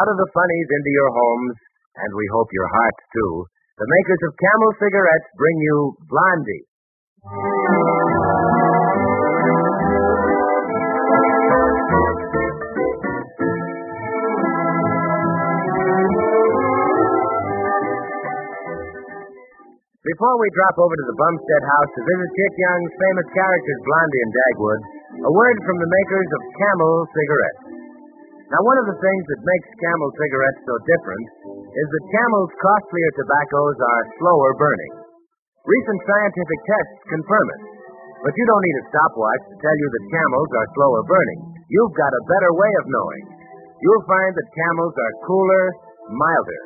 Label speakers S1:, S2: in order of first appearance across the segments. S1: out of the funnies into your homes, and we hope your hearts too, the makers of Camel cigarettes bring you Blondie. Before we drop over to the Bumstead house to visit Kit Young's famous characters Blondie and Dagwood, a word from the makers of Camel cigarettes. Now, one of the things that makes Camel cigarettes so different is that Camel's costlier tobaccos are slower burning. Recent scientific tests confirm it. But you don't need a stopwatch to tell you that Camels are slower burning. You've got a better way of knowing. You'll find that Camels are cooler, milder,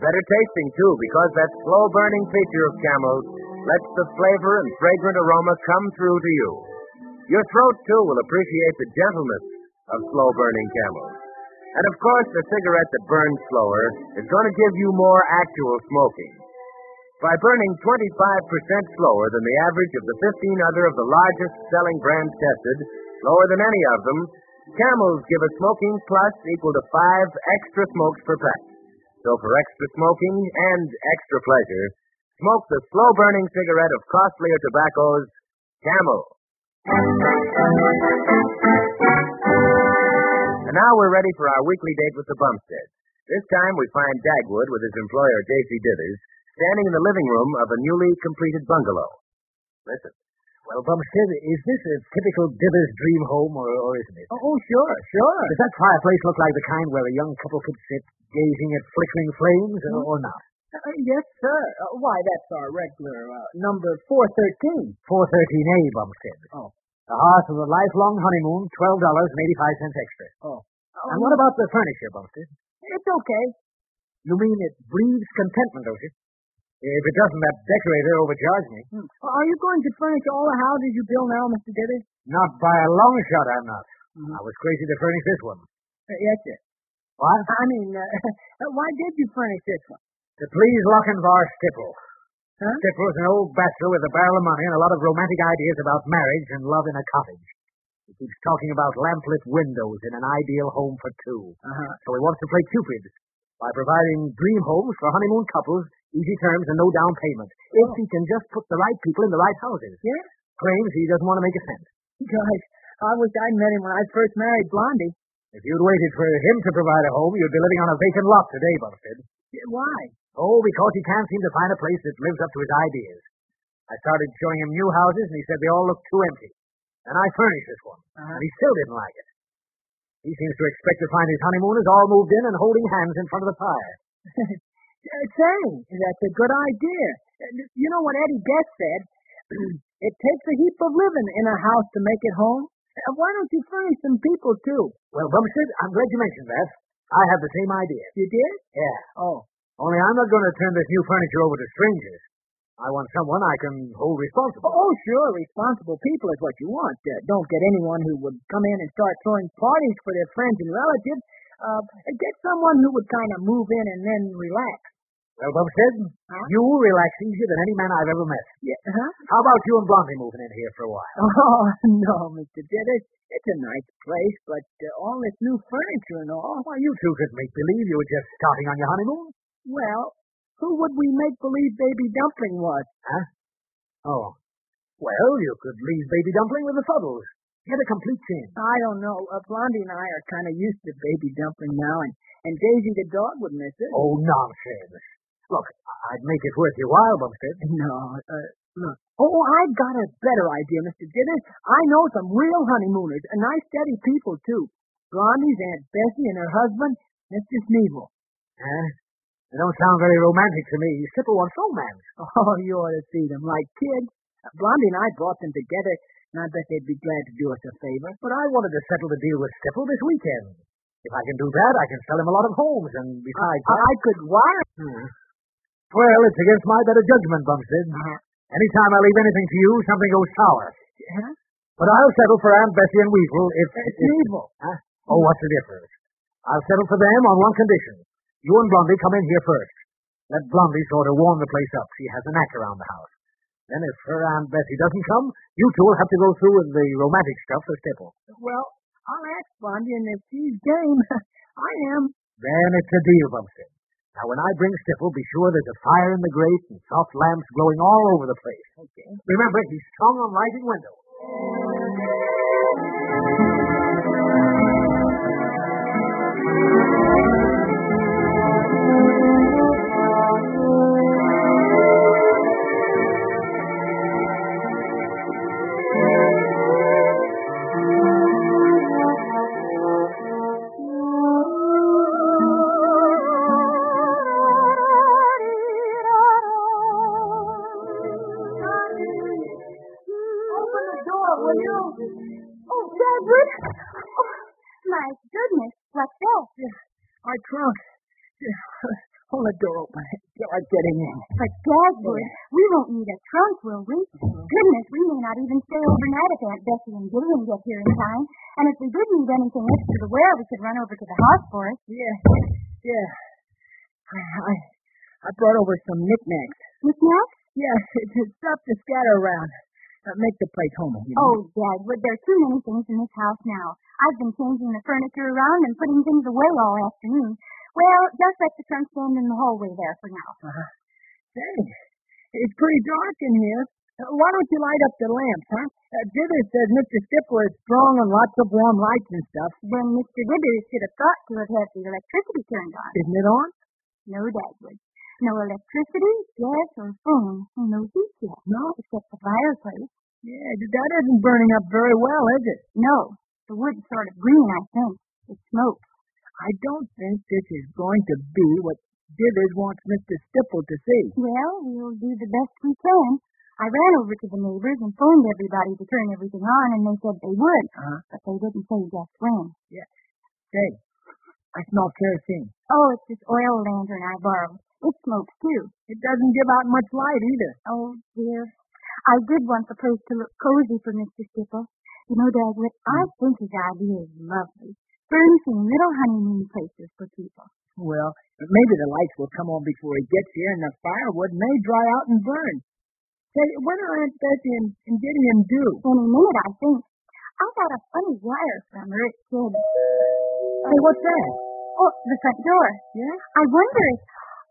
S1: better tasting too, because that slow burning feature of Camels lets the flavor and fragrant aroma come through to you. Your throat too will appreciate the gentleness of slow burning Camels. And of course, the cigarette that burns slower is going to give you more actual smoking. By burning 25% slower than the average of the 15 other of the largest selling brands tested, lower than any of them, Camels give a smoking plus equal to five extra smokes per pack. So for extra smoking and extra pleasure, smoke the slow burning cigarette of costlier tobaccos, Camel. And now we're ready for our weekly date with the Bumstead. This time we find Dagwood with his employer, J.C. Dithers, standing in the living room of a newly completed bungalow. Listen.
S2: Well, Bumstead, is this a typical Dibber's dream home, or, or isn't it?
S1: Oh, sure, sure.
S2: Does that fireplace look like the kind where a young couple could sit gazing at flickering flames, or, or not?
S3: Uh, yes, sir. Uh, why, that's our regular uh, number 413.
S2: 413A, Bumstead. eh,
S3: Oh.
S2: The hearth of a lifelong honeymoon, $12.85 extra.
S3: Oh,
S2: and what about the furniture, Bumstead?
S3: It's okay.
S2: You mean it breathes contentment, don't you? If it doesn't, that decorator overcharged me.
S3: Hmm. Are you going to furnish all the houses you build now, Mr. Dithers?
S2: Not by a long shot, I'm not.
S3: Mhm.
S2: I was crazy to furnish this one.
S3: Uh, yes, sir.
S2: What?
S3: I mean, uh, uh, why did you furnish this one?
S2: To please Lochinvar Stipple.
S3: Huh?
S2: Stipple is an old bachelor with a barrel of money and a lot of romantic ideas about marriage and love in a cottage. He keeps talking about lamplit windows in an ideal home for two.
S3: Uh-huh.
S2: So he wants to play Cupid by providing dream homes for honeymoon couples, easy terms, and no down payment. If
S3: Oh.
S2: he can just put the right people in the right houses.
S3: Yeah?
S2: Claims he doesn't want to make a cent.
S3: Gosh, I wish I'd met him when I first married Blondie.
S2: If you'd waited for him to provide a home, you'd be living on a vacant lot today, Bumstead.
S3: Yeah, Why?
S2: Oh, because he can't seem to find a place that lives up to his ideas. I started showing him new houses, and he said they all looked too empty. And I furnished this one,
S3: Uh-huh.
S2: and he still didn't like it. He seems to expect to find his honeymooners all moved in and holding hands in front of the fire.
S3: Uh, say, that's a good idea. Uh, You know what Eddie Guest said? it takes a heap of living in a house to make it home. Uh, why don't you furnish some people, too?
S2: Well, Bumstead, I'm glad you mentioned that. I have the same idea.
S3: You did?
S2: Yeah.
S3: Oh.
S2: Only I'm not going to turn this new furniture over to strangers. I want someone I can hold responsible.
S3: Oh, sure, responsible people is what you want. Uh, don't get anyone who would come in and start throwing parties for their friends and relatives. Uh, get someone who would kind of move in and then relax.
S2: Well, Bumstead,
S3: Huh?
S2: you relax easier than any man I've ever met.
S3: Yeah, uh-huh. huh?
S2: How about you and Blondie moving in here for a while?
S3: Oh, no, Mr. Diddick. It's a nice place, but uh, all this new furniture and all.
S2: Why, you two could make believe you were just starting on your honeymoon.
S3: Well, who would we make believe Baby Dumpling was?
S2: Oh. Well, you could leave Baby Dumpling with the Fuddles. Get a complete team.
S3: I don't know. Uh, Blondie and I are kind of used to Baby Dumpling now, and, and Daisy the dog would miss it.
S2: Oh, nonsense. Look, I- I'd make it worth your while, Bumstead.
S3: No, uh, look. Oh, I've got a better idea, Mr. Diddick. I know some real honeymooners, and nice, steady people, too. Blondie's Aunt Bessie and her husband, Mr. Sneevil.
S2: Huh? Eh? They don't sound very romantic to me. Simple wants romance.
S3: Oh, you ought to see them like kids. Blondie and I brought them together, and I bet they'd be glad to do us a favor.
S2: But I wanted to settle the deal with Stipple this weekend. If I can do that, I can sell him a lot of homes, and besides...
S3: I, I could wire.
S2: Hmm. Well, it's against my better judgment, Bumstead.
S3: Uh-huh.
S2: Any time I leave anything to you, something goes sour.
S3: Huh?
S2: But I'll settle for Aunt Bessie and Weevil if... if-
S3: It's Sneevil.
S2: Oh, what's the difference? I'll settle for them on one condition. You and Blondie come in here first. Let Blondie sort of warm the place up. She has a knack around the house. Then if her Aunt Bessie doesn't come, you two will have to go through with the romantic stuff for Stipple.
S3: Well, I'll ask Blondie, and if she's game, I am.
S2: Then it's a deal, Bumpstead. Now, when I bring Stifle, be sure there's a fire in the grate and soft lamps glowing all over the place.
S3: Okay.
S2: Remember, he's strong on lighting window.
S4: Open the door, will you? Oh, Dagwood. Oh, my goodness, what's that?
S3: My trunk. Hold the door open till I get in.
S4: But Dagwood, we won't need a trunk, will we? Goodness, we may not even stay overnight if Aunt Bessie and Gillian get here in time. And if we did need anything extra to wear, we could run over to the house for it.
S3: Yeah. Yeah. I, I, I brought over some knickknacks.
S4: Miss Mac?
S3: Yeah, it's it's stuff to scatter around. Uh, make the place homey. You know?
S4: Oh, Dagwood, there are too many things in this house now. I've been changing the furniture around and putting things away all afternoon. Well, just let the trunk stand in the hallway there for now.
S3: Say, it's pretty dark in here. Uh, why don't you light up the lamps, huh? Uh, Dither says Mr. Stifler is strong and lots of warm lights and stuff.
S4: Then Mr. Withers should have thought to have had the electricity turned on.
S3: Isn't it on?
S4: No, Dagwood. No electricity, gas, or phone, and no heat yet. No. Except the fireplace.
S3: Yeah, th- that isn't burning up very well, is it?
S4: No. The wood's sort of green, I think. It's smoke.
S3: I don't think this is going to be what Dithers wants Mr. Stifle to see.
S4: Well, we'll do the best we can. I ran over to the neighbors and phoned everybody to turn everything on, and they said they would,
S3: Uh-huh.
S4: but they didn't say just when.
S3: Say, I smell kerosene.
S4: Oh, it's this oil lantern I borrowed. It smokes too.
S3: It doesn't give out much light either.
S4: Oh dear. I did want the place to look cozy for Mr. Skipper. You know, Dagwood, I think his idea is lovely. Furnishing little honeymoon places for people.
S3: Well, maybe the lights will come on before he gets here, and the firewood may dry out and burn. Say, what are Aunt Bessie and, and Gideon do?
S4: Any minute, I think. I got a funny wire from her. It said,
S3: Hey, what's that?
S4: oh, the front door.
S3: Yeah?
S4: I wonder if...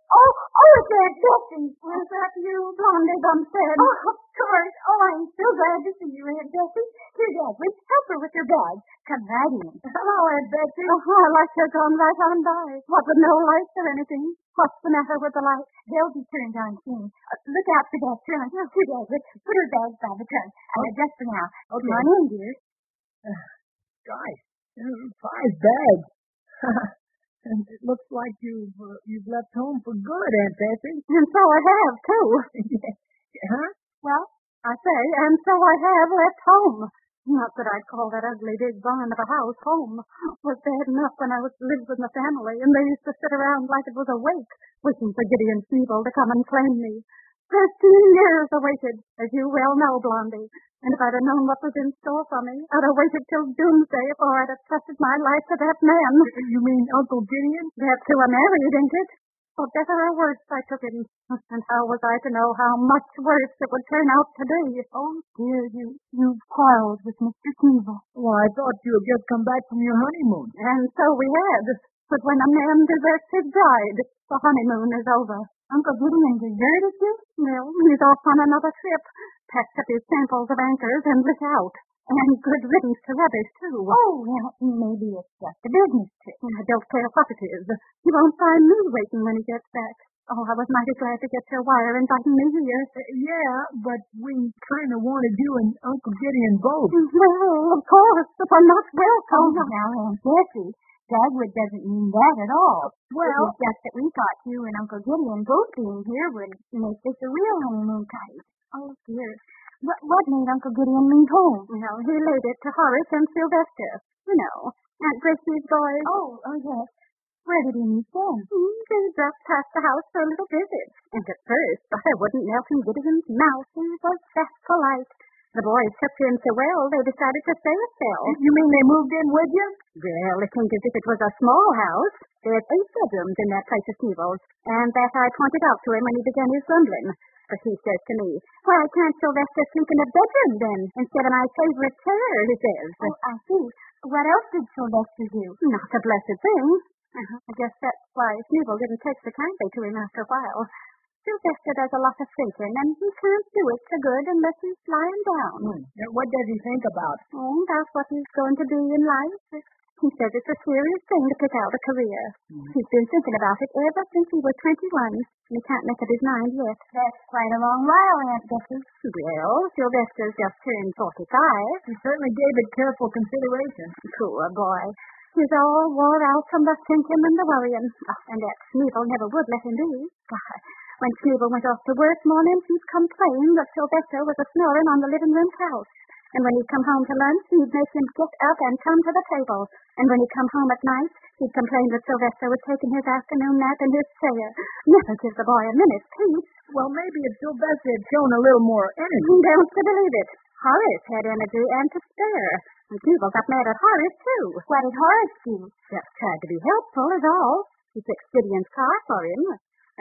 S4: Oh, oh, it's Aunt Bessie. Was that you, Blondie Bumstead? Oh, of course. Oh, I'm so glad to see you, Aunt Bessie. Here, Dagwood, help her with your bag. Come right in. Hello, Aunt Bessie. Oh, I like your gone right on by. What with no lights or anything. What's the matter with the lights? They'll be turned on soon. Uh, look out for that trunk. Oh, here, Dagwood, put her bag by the trunk. Uh, just for now.
S3: Okay.
S4: Come on in, dear.
S3: Guys, uh, five bags. and it looks like you've uh, you've left home for good, Aunt Bessie.
S4: And so I have, too.
S3: Huh?
S4: Well, I say, and so I have left home. Not that I'd call that ugly big barn of a house home. It was bad enough when I was lived with my family, and they used to sit around like it was a wake, waiting for Gideon Sneevil to come and claim me. Thirteen years I waited, as you well know, Blondie. And if I'd have known what was in store for me, I'd have waited till doomsday before I'd have trusted my life to that man.
S3: You mean Uncle Gideon?
S4: That's who I married, ain't it? For better or worse, I took it. And how was I to know how much worse it would turn out to be? Oh, dear, you, you've quarreled with Mr. Sneevil.
S3: Well, I thought you had just come back from your honeymoon.
S4: And so we had. But when a man deserts his bride, the honeymoon is over. Uncle Gideon deserted you? Well, he's off on another trip. Packed up his samples of anchors and lit out. And good riddance to rubbish, too. Oh, well, maybe it's just a business trip. I don't care what it is. He won't find me waiting when he gets back. Oh, I was mighty glad to get your wire inviting me here.
S3: Yeah, but we kind of wanted you and Uncle Gideon both.
S4: Well, of course, but I'm not welcome. Oh, now, Aunt Bessie, Dagwood doesn't mean that at all.
S3: Well-
S4: it's just that we thought you and Uncle Gideon both being here would make this a real honeymoon cottage. Oh, dear. What, what made Uncle Gideon leave home? Well, he laid it to Horace and Sylvester. You know, Aunt Bessie's boys. Oh, oh, yes. Where did he meet them? They dropped past the house for a little visit. And at first, I wouldn't melt in Gideon's mouth. He was just polite. The boys took to him so well, they decided to stay with Phil.
S3: You mean they moved in with you?
S4: Well, it seemed as if it was a small house. There's eight bedrooms in that place of Sneevil's, and that I pointed out to him when he began his grumbling. But he says to me, Why can't Sylvester sleep in a bedroom then, instead of my favorite chair, he says. Oh, I see. What else did Sylvester do? Not a blessed thing. I guess that's why Snoodle didn't take so kindly to him after a while. Sylvester does a lot of thinking, and he can't do it so good unless he's lying down.
S3: Now, Hmm. What does he think about?
S4: And that's what he's going to be in life. He says it's a serious thing to pick out a career.
S3: Hmm.
S4: He's been thinking about it ever since he was 21, and he can't make up his mind yet. That's quite a long while, Aunt Bessie. Well, Sylvester's just turned
S3: He
S4: 45.
S3: certainly gave it careful consideration.
S4: Poor boy. He's all wore out from the thinking and the worrying. Oh, and that Sneeble never would let him be. Why, when Sneeble went off to work mornings, he'd complain that Sylvester was a snoring on the living room couch. And when he'd come home to lunch, he'd make him get up and come to the table. And when he'd come home at night, he'd complain that Sylvester was taking his afternoon nap in his chair. Never give the boy a minute's peace.
S3: Well, maybe if Sylvester had shown a little more energy.
S4: He don't believe it. Horace had energy and to spare. And Sneeble got mad at Horace, too. What did Horace do? Just tried to be helpful, is all. He fixed Gideon's car for him.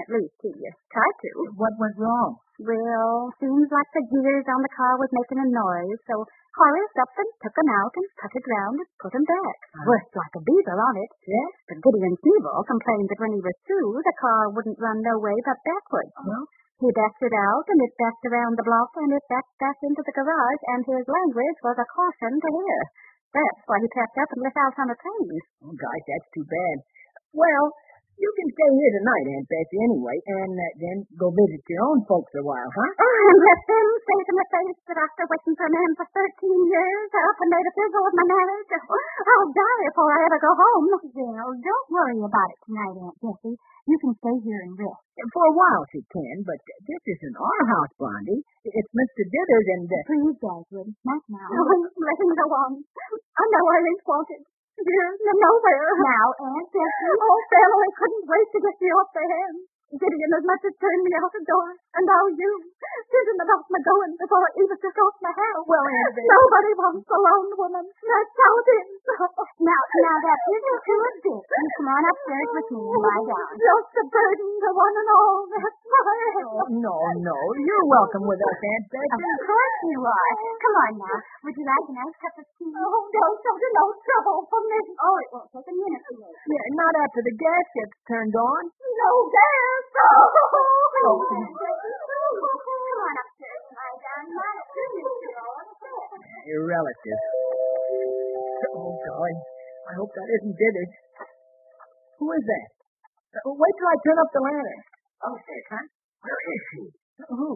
S4: At least he uh, tried to.
S3: What went wrong?
S4: Well, seems like the gears on the car was making a noise, so Horace up and took 'em out and cut it round and put 'em back. Worked like a beaver on it.
S3: Yes?
S4: But Gideon Sneeble complained that when he was through, the car wouldn't run no way but backwards.
S3: Well,
S4: He backed it out, and it backed around the block, and it backed back into the garage, and his language was a caution to hear. That's why he packed up and left out on a train.
S3: Oh, gosh, that's too bad. Well, you can stay here tonight, Aunt Betsy, anyway, and uh, then go visit your own folks a while, huh?
S4: Oh, and let them say to my face that after waiting for a man for 13 years, I up and made a fizzle of my marriage. Oh, I'll die before I ever go home. Well, don't worry about it tonight, Aunt Jessie. You can stay here and rest.
S3: For a while she can, but this isn't our house, Blondie. It's Mr. Dithers and... Uh,
S4: Please, Dagwood, not now. let him go on. I know I ain't wanted. Here, nowhere. Now, Aunt Jessie. Oh, family couldn't wait to get me off their hands. Gideon as much as turned me out the door, and now you. Thinking about my going before I even took off my hat.
S3: well, Aunt Betsy...
S4: Nobody wants a lone woman. That's how it is. Now, now that isn't true a bit. You come on upstairs with me and lie down. Just a burden to one and all. That's my
S3: Oh, no, no. You're welcome with us, Aunt
S4: Of
S3: Betsy.
S4: course you are. Come on now. Would you like a nice cup of tea? Oh, don't go to no trouble for me. Oh, it won't take a minute to make.
S3: Yeah, not after the gas gets turned on.
S4: No gas. Oh. Come on upstairs and lie down. My goodness, you're all upset.
S3: Your relatives. Oh, God. I hope that isn't Dithers. Who is that? Uh, wait till I turn up the lantern.
S1: Oh, say, son, where is she?
S3: Who?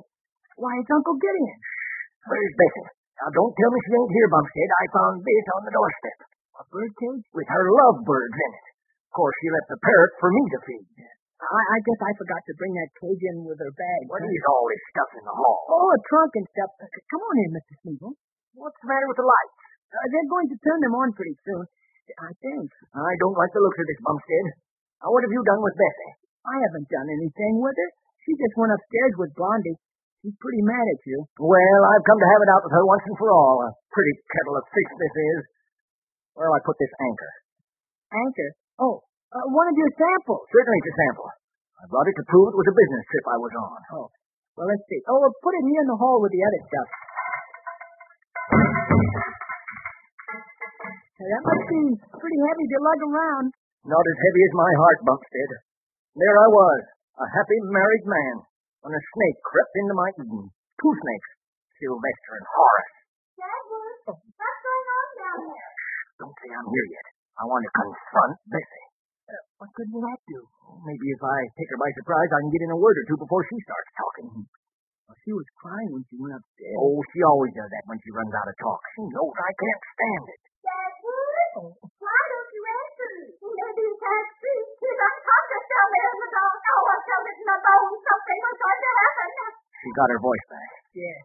S3: Why, it's Uncle Gideon.
S1: Where's Bessie? Now, don't tell me she ain't here, Bumstead. I found Biz on the doorstep. A bird cage? With her lovebirds in it. Of course, she left the parrot for me to feed.
S3: I, I guess I forgot to bring that cage in with her bag.
S1: What is all this stuff in the hall?
S3: Oh, a trunk and stuff. Uh, Come on in, Mr. Smeagol.
S1: What's the matter with the lights?
S3: Uh, they're going to turn them on pretty soon, I think.
S1: I don't like the looks of this, Bumstead. Now, what have you done with Bessie?
S3: I haven't done anything with her. She just went upstairs with Blondie. She's pretty mad at you.
S1: Well, I've come to have it out with her once and for all. A pretty kettle of fish this is. Where'll I put this anchor?
S3: Anchor. Oh, uh, one of your samples.
S1: Certainly it's a sample. I brought it to prove it was a business trip I was on.
S3: Oh, Well, let's see. Oh, well, put it here in the hall with the other stuff. Now, that must be pretty heavy to lug around.
S1: Not as heavy as my heart, Bumstead. There I was, a happy married man, when a snake crept into my Eden. Two snakes, Sylvester and Horace.
S4: Dagwood, what's going on down there?
S1: Don't say I'm here yet. I want to confront Bessie. Uh, what good will that do? Maybe if I take her by surprise, I can get in a word or two before she starts talking.
S3: Well, she was crying when she went upstairs.
S1: Oh, she always does that when she runs out of talk. She knows I can't stand it.
S4: Dagwood, why don't you answer me? Maybe he can't speak. He's unconscious down there in the dark. Oh, I felt it in my bones. Something was going to happen.
S1: She got her voice back.
S3: Yeah.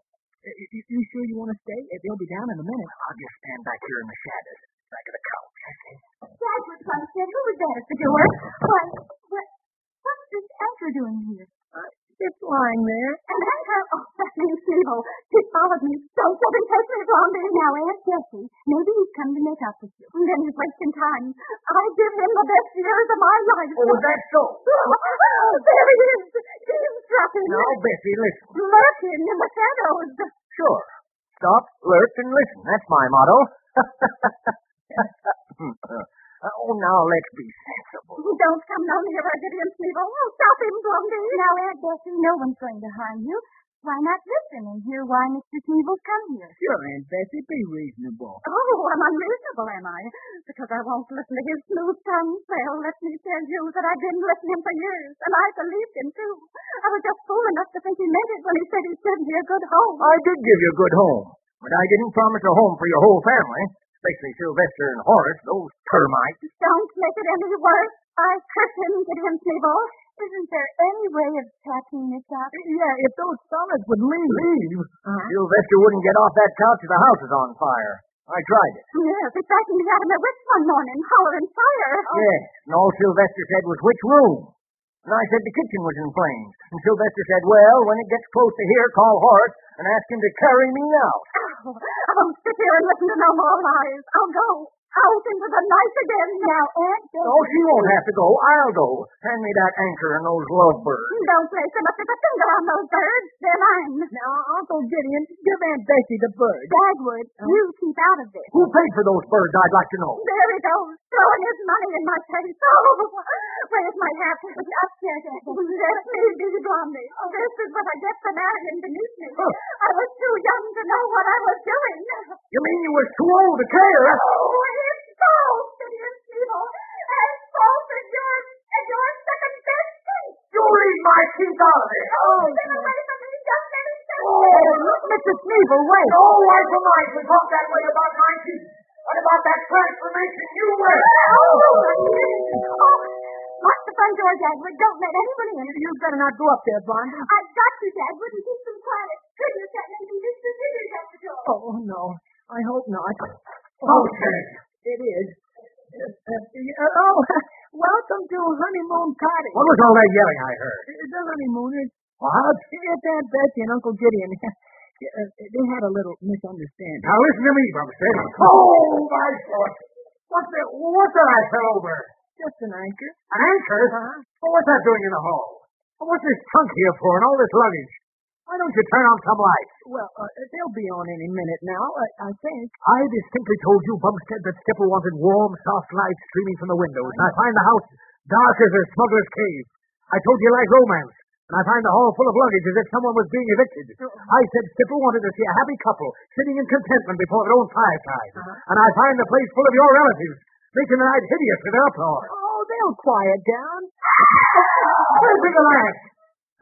S3: Uh, You, you sure you want to stay? Uh, They'll be down in a minute.
S1: I'll just stand back here in the shadows, back of the couch.
S4: Dagwood, Plumstead, who was that at the door? Why, what, what's this anchor doing here?
S3: It's lying there.
S4: And then her, oh, that means evil. He followed me. Don't let him take me from me. Now, Aunt Jessie, maybe he's come to make up with you. And then he's wasting time. I give him the best years of my life.
S1: Oh, that's so.
S4: Oh, there he is. He's dropping
S1: Now, Bessie, listen.
S4: Lurking in the shadows.
S1: Sure. Stop, lurk, and listen. That's my motto. Uh, oh, now let's be sensible.
S4: harm none of us against evil. Oh, stop him, Blondie. Now, Aunt Bessie, no one's going to harm you. Why not listen and hear why Mr. Sneebles come here?
S3: Sure, Aunt Bessie, be reasonable.
S4: Oh, I'm unreasonable, am I? Because I won't listen to his smooth tongue. Well, let me tell you that I've been listening for years, and I believed him, too. I was just fool enough to think he meant it when he said he'd send me a good home.
S2: I did give you a good home, but I didn't promise a home for your whole family, especially Sylvester and Horace, those termites.
S4: Don't make it any worse. I hurt him, Gideon Sable. Isn't there any way of patching this up?
S3: Yeah, if those fellas would leave.
S2: Leave? Uh-huh.
S4: Huh?
S2: Sylvester wouldn't get off that couch if the house was on fire. I tried it.
S4: Yes, it frightened me out of my wits one morning, hollering fire.
S2: Yes, and all Sylvester said was, which room? And I said the kitchen was in flames. And Sylvester said, well, when it gets close to here, call Horace and ask him to carry me out.
S4: Oh, I won't sit here and listen to no more lies. I'll go out into the night again. Now, Aunt Bessie.
S2: Oh, she won't have to go. I'll go. Hand me that anchor and those lovebirds.
S4: Don't place so much as a finger on those birds. They're mine.
S3: Now, Uncle Oh, Gideon, give Aunt Bessie the bird.
S4: Dagwood, you keep out of this.
S2: Who paid for those birds, I'd like to know?
S4: There he goes, throwing his money in my face. Oh, where's my hat? Upstairs, Aunt Bessie. Let me be Blondie. This is what I get for marrying beneath me. I was too young to know what I was doing.
S2: You mean you was too old to care?
S4: Oh, it's false, Gideon Steeple. It's false, and you're, and you're second best.
S2: You leave my teeth out of it.
S4: Oh, get away from me. Just let him go.
S2: look, Mr. Sneeble, wait. No wife of mine would talk that way about my teeth. What about that transformation you went?
S4: Oh, lock the front door, Dagwood. Don't let anyone in.
S3: You better not go up there, Blondie.
S4: I've got you, Dagwood, and keep them quiet. Goodness, that may be Mr. Sniggers at the door.
S3: Oh, no. I hope not.
S2: Okay.
S3: It is. Uh, uh, yeah, oh, welcome to Honeymoon Cottage.
S2: What was all that yelling I heard?
S3: The honeymooners.
S2: What?
S3: It's Aunt Bessie and Uncle Gideon. Uh, they had a little misunderstanding.
S2: Now listen to me, Bumstead. Oh, my foot. What's that, what's that I fell over?
S3: Just an anchor. Uh-huh.
S2: An anchor?
S3: Huh?
S2: Well, what's that doing in the hall? And what's this trunk here for and all this luggage? Why don't you turn on some light?
S3: Well, uh, they'll be on any minute now, I, I think.
S2: I distinctly told you, Bumstead, that Skipper wanted warm, soft light streaming from the windows. And I find the house dark as a smuggler's cave. I told you like romance. And I find the hall full of luggage as if someone was being evicted. I said Skipper wanted to see a happy couple sitting in contentment before their own fireside. And I find the place full of your relatives, making the night hideous with uproar.
S3: Oh, they'll quiet down.
S2: Where's the glass?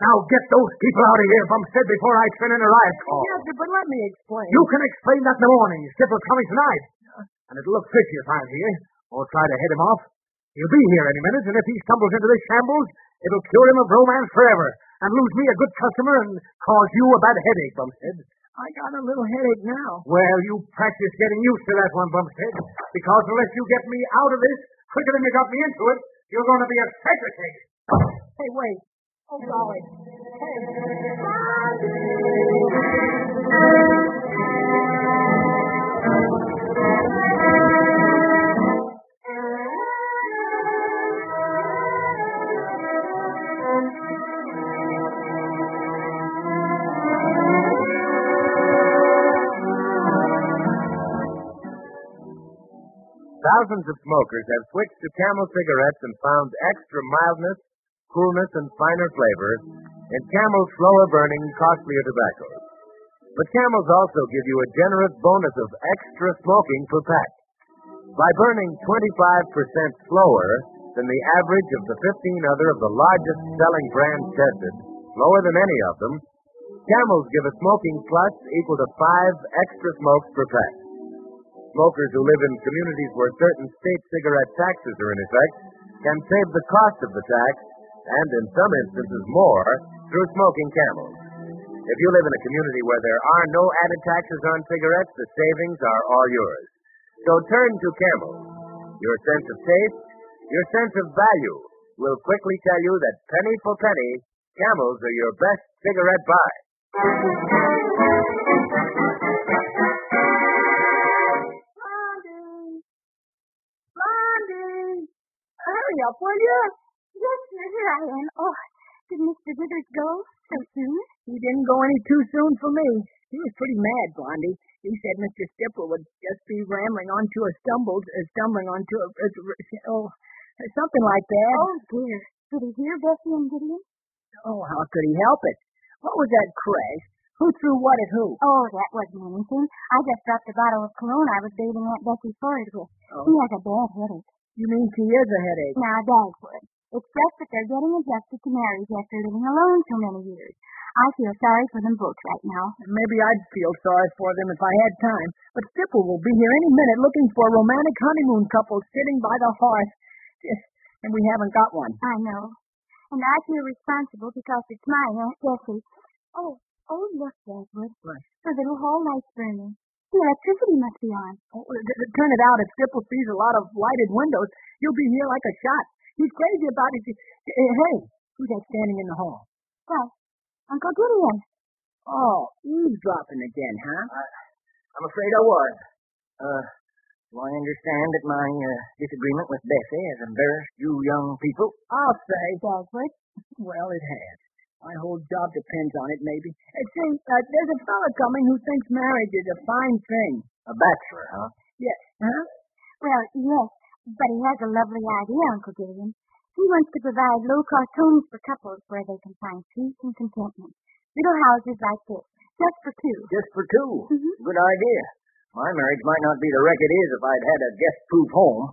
S2: Now get those people out of here, Bumstead, before I turn in a riot call.
S3: Yes, but let me explain.
S2: You can explain that in the morning. Skipper's coming tonight. And it'll look fishy if I'm here, or eh? try to head him off. He'll be here any minute, and if he stumbles into this shambles, it'll cure him of romance forever, and lose me a good customer and cause you a bad headache, Bumstead.
S3: I got a little headache now.
S2: Well, you practice getting used to that one, Bumstead, because unless you get me out of this quicker than you got me into it, you're going to be a secretary.
S3: Hey, wait. Oh, golly. Hey.
S1: Thousands of smokers have switched to Camel cigarettes and found extra mildness, coolness, and finer flavor in Camel's slower burning, costlier tobaccos. But Camels also give you a generous bonus of extra smoking per pack. By burning 25% slower than the average of the 15 other of the largest selling brands tested, lower than any of them, Camels give a smoking plus equal to five extra smokes per pack. Smokers who live in communities where certain state cigarette taxes are in effect can save the cost of the tax, and in some instances more, through smoking camels. If you live in a community where there are no added taxes on cigarettes, the savings are all yours. So turn to camels. Your sense of taste, your sense of value will quickly tell you that penny for penny, camels are your best cigarette buy.
S4: Blondie.
S3: Blondie. Hurry up, will you?
S4: Yes, sir, here I am. Oh, did Mr. Withers go so soon?
S3: He didn't go any too soon for me. He was pretty mad, Blondie. He said Mr. Stipple would just be rambling onto a stumbles, uh, stumbling onto a, uh, oh, Something like that.
S4: Oh, dear. Did he hear Bessie and Gideon?
S3: Oh, how could he help it? What was that crash? Who threw what at who?
S4: Oh, that wasn't anything. I just dropped a bottle of cologne I was bathing Aunt Bessie Ford with. She
S3: Oh,
S4: has a bad headache.
S3: you mean she is a headache?
S4: Now, Dagwood, it's just that they're getting adjusted to marriage after living alone so many years. I feel sorry for them both right now.
S3: Maybe I'd feel sorry for them if I had time. But Stipple will be here any minute looking for a romantic honeymoon couple sitting by the hearth. And we haven't got one.
S4: I know. And I feel responsible because it's my Aunt Bessie. Oh, oh, look, Dagwood.
S3: What?
S4: The little hall light's burning. The electricity must be on.
S3: Oh, t- t- turn it out. If Stipple sees a lot of lighted windows, he'll be here like a shot. He's crazy about it. Eh, Hey, who's that standing in the hall?
S4: Why, Uncle Gideon.
S3: Oh, eavesdropping again, huh?
S2: I'm afraid I was.
S5: Uh, well, I understand that my uh, disagreement with Bessie has embarrassed you young people.
S3: I'll say.
S4: Dagwood.
S3: Well, it has. My whole job depends on it, maybe. And see, uh, there's a fellow coming who thinks marriage is a fine thing.
S5: A bachelor, huh?
S3: Huh?
S4: Well, yes, but he has a lovely idea, Uncle Gideon. He wants to provide low-cost homes for couples where they can find peace and contentment. Little houses like this, just for two.
S5: Just for 2
S4: Mhm.
S5: Good idea. My marriage might not be the wreck it is if I'd had a guest-proof home.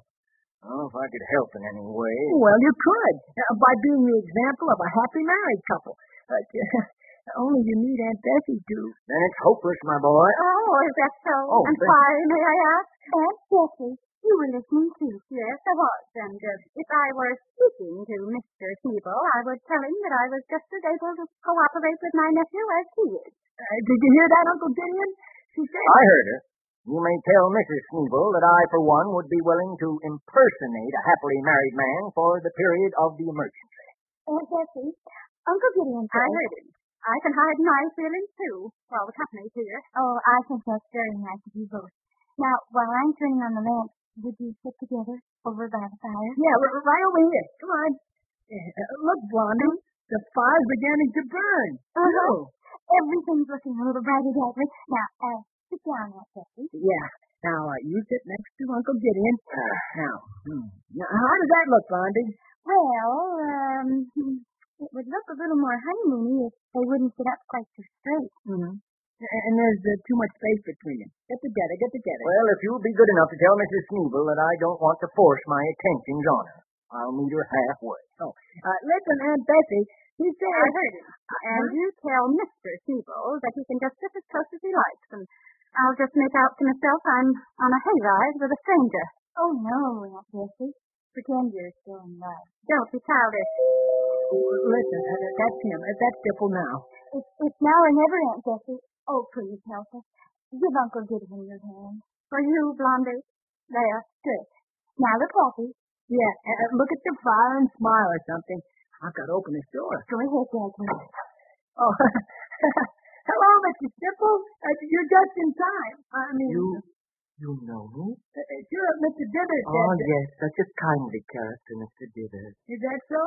S5: Well, if I could help in any way.
S3: Well, you could uh, by being the example of a happy married couple. Uh, only you need Aunt Bessie to.
S5: Then it's hopeless, my boy.
S4: Oh, is that so?
S5: Oh,
S4: I'm
S5: thank-
S4: sorry, may I ask? Aunt Bessie, you were listening too. Yes, I was. And uh, if I were speaking to Mr. Sneeble, I would tell him that I was just as able to cooperate with my nephew as he is.
S3: Uh, did you hear that, Uncle Gideon? She said.
S5: I heard her. You may tell Mrs. Sneevil that I, for one, would be willing to impersonate a happily married man for the period of the emergency.
S4: Aunt Bessie, Uncle Gideon
S3: I
S4: says... heard him. I can hide my feelings too, while the company's here. Oh, I think that's very nice of you both. Now, while I'm turning on the lamp, would you sit together over by the fire?
S3: Yeah, r- r- right over here. Come on. Uh, look, Blondie, the fire's beginning to burn. Oh.
S4: Uh-huh. Everything's looking a little brighter, Dagwood. Now, uh, sit down, Aunt Bessie.
S3: Yeah. Now, uh, you sit next to Uncle Gideon. Uh, now, hmm. now, how does that look, Blondie?
S4: Well, um, it would look a little more honeymoony if they wouldn't sit up quite so straight.
S3: Mm-hmm. And there's uh, too much space between them. Get together, get together.
S5: Well, if you'll be good enough to tell Mrs. Sneevil that I don't want to force my attentions on her, I'll meet her halfway.
S3: Uh, listen, Aunt Bessie, he said...
S4: I heard him. And
S3: Uh-huh.
S4: you tell Mr. Sneeble that he can just sit as close as he likes, and I'll just make out to myself I'm on a hayride with a stranger. Oh, no, Aunt Bessie. Pretend you're still in love. Don't be childish.
S3: Listen, uh, that's him. Uh, that's Dipple now.
S4: It's, it's now or never, Aunt Bessie. Oh, please help us. Give Uncle Gideon your hand. For you, Blondie. There, good. Now look happy.
S3: Yeah, uh, uh, look at the fire and smile or something. I've got to open this door.
S4: Go ahead, Dagwood.
S3: Oh, hello, Mr. Dimple. Uh, you're just in time. I mean,
S5: You, you know me?
S3: uh, uh, sure, Mr. Dithers said
S5: Oh,
S3: that.
S5: yes, such a kindly character, Mr. Dithers.
S3: Is that so?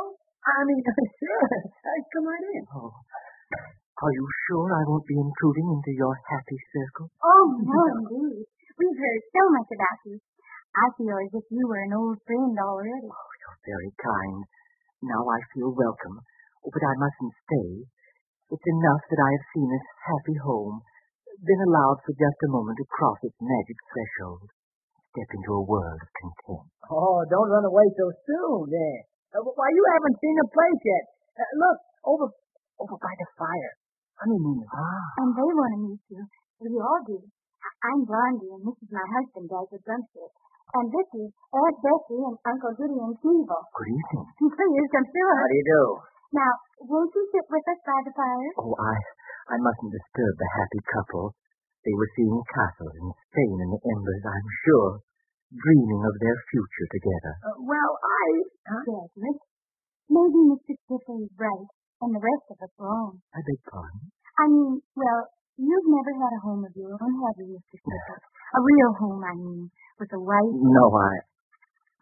S3: I mean, sure. Uh, come right in.
S5: Oh, are you sure I won't be intruding into your happy circle?
S4: Oh, no, indeed. We've heard so much about you. I feel as if you were an old friend already.
S5: Very kind. Now I feel welcome, but I mustn't stay. It's enough that I have seen this happy home, been allowed for just a moment to cross its magic threshold, step into a world of content.
S3: Oh, don't run away so soon, then. Uh, why, you haven't seen the place yet. Uh, look, over, over by the fire. Honeymoon.
S5: Ah,
S4: And they want to meet you. We all do. I- I'm Blondie, and this is my husband, Dagwood Brumstead. And this is Aunt Bessie and Uncle Gideon Sneevil.
S5: good evening.
S4: Please come through us.
S5: do you do?
S4: Now, won't you sit with us by the fire?
S5: Oh, I, I mustn't disturb the happy couple. They were seeing castles in Spain in the embers, I'm sure, dreaming of their future together.
S3: Uh, well, I. Huh?
S4: Dagwood. Maybe Mr. Skipper is right, and the rest of us wrong.
S5: I beg pardon?
S4: I mean, well, you've never had a home of your own, have you, Mr. Skipper? A real home, I mean, with a wife.
S5: No, I,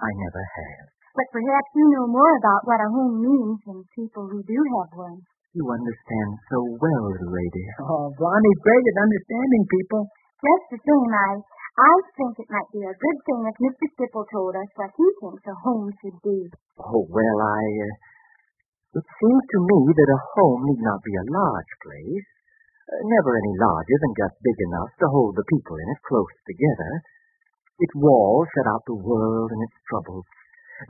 S5: I never have.
S4: But perhaps you know more about what a home means than people who do have one.
S5: You understand so well, little lady.
S3: Oh, Blondie's great at understanding people.
S4: Just the same, I, I think it might be a good thing if Mr. Stipple told us what he thinks a home should be.
S3: Oh, well, I. Uh, it seems to me that a home need not be a large place. Uh, never any larger than just big enough to hold the people in it close together. Its walls shut out the world and its troubles.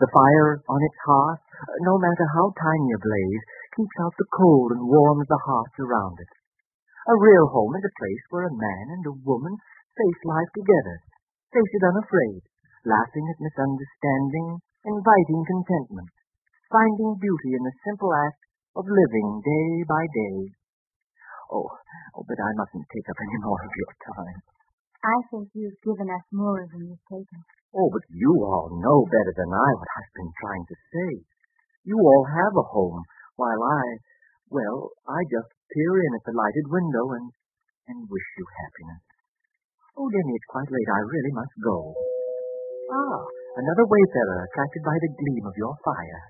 S3: The fire on its hearth, uh, no matter how tiny a blaze, keeps out the cold and warms the hearts around it. A real home is a place where a man and a woman face life together, face it unafraid, laughing at misunderstanding, inviting contentment, finding beauty in the simple act of living day by day. Oh, oh but I mustn't take up any more of your time.
S4: I think you've given us more than you've taken.
S3: Oh, but you all know better than I what I've been trying to say. You all have a home, while I, well, I just peer in at the lighted window and, and wish you happiness. Oh, Denny, it's quite late. I really must go. Ah, another wayfarer attracted by the gleam of your fire.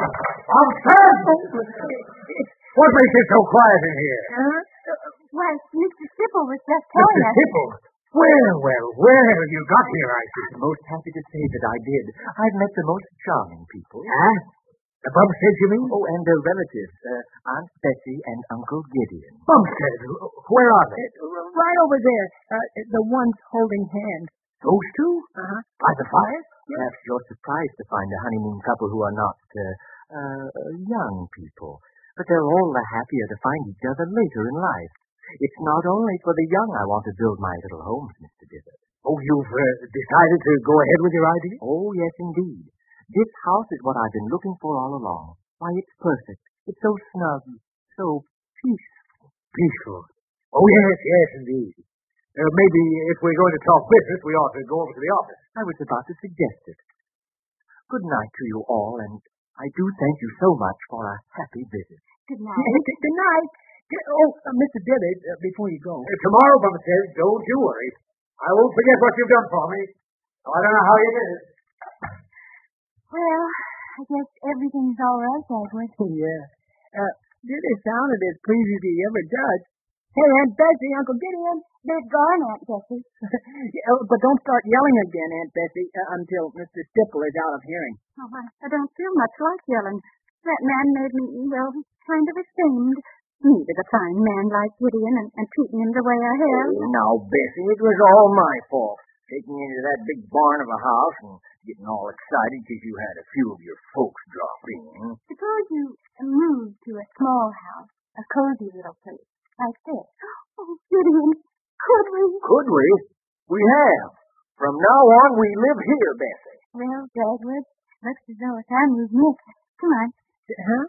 S6: What makes it so quiet in here?
S4: Huh? Why, Mr. Stipple was just
S3: Oh,
S6: Mr.
S4: telling us.
S6: Hipple. Well, well, well, you got here, I see.
S3: Most happy to say that I did. I've met the most charming people.
S6: Huh? The Bumstead, you mean?
S3: Oh, and their relatives, uh, Aunt Bessie and Uncle Gideon.
S6: Bumstead, wh- where are they?
S7: Uh, Right over there, uh, the ones holding hands.
S6: Those two?
S7: Uh-huh.
S6: By the fire?
S3: Perhaps you're surprised to find a honeymoon couple who are not, uh, uh, young people. But they're all the happier to find each other later in life. It's not only for the young I want to build my little homes, Mr. Dibber.
S6: Oh, you've uh, decided to go ahead with your idea?
S3: Oh, yes, indeed. This house is what I've been looking for all along. Why, it's perfect. It's so snug, so peaceful.
S6: Peaceful. Oh, yes, yes, indeed. Uh, maybe if we're going to talk business, we ought to go over to the office.
S3: I was about to suggest it. Good night to you all, and I do thank you so much for a happy visit.
S4: Good
S7: Good
S4: night.
S7: good night. Good- Oh, uh, Mr. Dillard, uh, before you go.
S6: Uh, tomorrow, Bumstead, don't you worry. I won't forget what you've done for me. I don't know how you did it.
S4: Well, I guess everything's all right, Edward.
S7: yeah. Uh, Dillard sounded as pleased as he ever does. Hey, Aunt Bessie, Uncle Gideon.
S4: They're gone, Aunt Jessie.
S7: Yeah, oh, but don't start yelling again, Aunt Bessie, uh, until Mr. Stipple is out of hearing.
S4: Oh, I, I don't feel much like yelling. That man made me, well, kind of ashamed. Me with a fine man like Gideon and, and treating him the way I have.
S3: Oh, Now, Bessie, it was all my fault. Taking you to that big barn of a house and getting all excited because you had a few of your folks drop in.
S4: Suppose you moved to a small house, a cozy little place, like this. Oh, Gideon, could we?
S3: Could we? We have. From now on, we live here, Bessie.
S4: Well, Dagwood, looks as though it's our move next. Come on.
S7: Huh?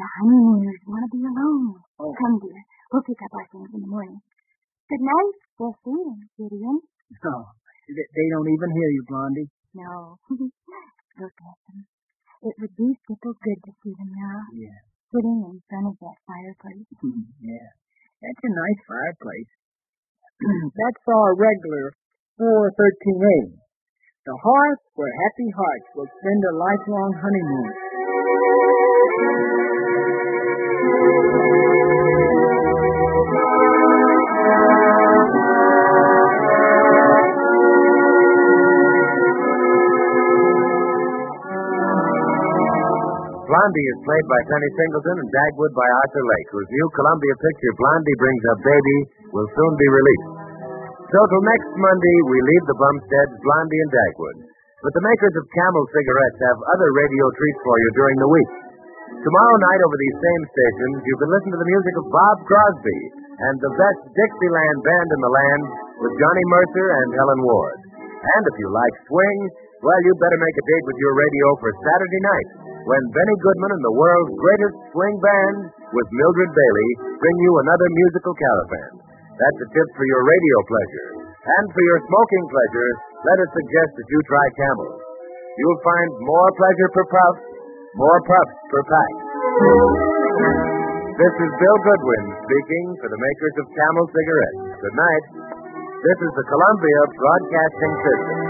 S4: The honeymooners want to be alone. Come, dear. We'll pick up our things in the morning. Good night, Bessie and Gideon.
S7: No. Th- They don't even hear you, Blondie.
S4: No. Look at them. It would do Skipper good to see them now,
S7: Yeah.
S4: sitting in front of that fireplace.
S7: yeah. That's a nice fireplace. That's our regular 413A. The hearth where happy hearts will spend a lifelong honeymoon.
S2: Blondie is played by Sonny Singleton and Dagwood by Arthur Lake, whose new Columbia picture, Blondie Brings a Baby, will soon be released. So till next Monday, we leave the Bumsteads, Blondie and Dagwood. But the makers of Camel cigarettes have other radio treats for you during the week. Tomorrow night over these same stations, you can listen to the music of Bob Crosby and the best Dixieland band in the land with Johnny Mercer and Helen Ward. And if you like swing, well, you better make a date with your radio for Saturday night when Benny Goodman and the world's greatest swing band with Mildred Bailey bring you another musical caravan. That's a tip for your radio pleasure. And for your smoking pleasure, let us suggest that you try Camel. You'll find more pleasure per puff, more puffs per pack. This is Bill Goodwin speaking for the makers of Camel cigarettes. Good night. This is the Columbia Broadcasting System.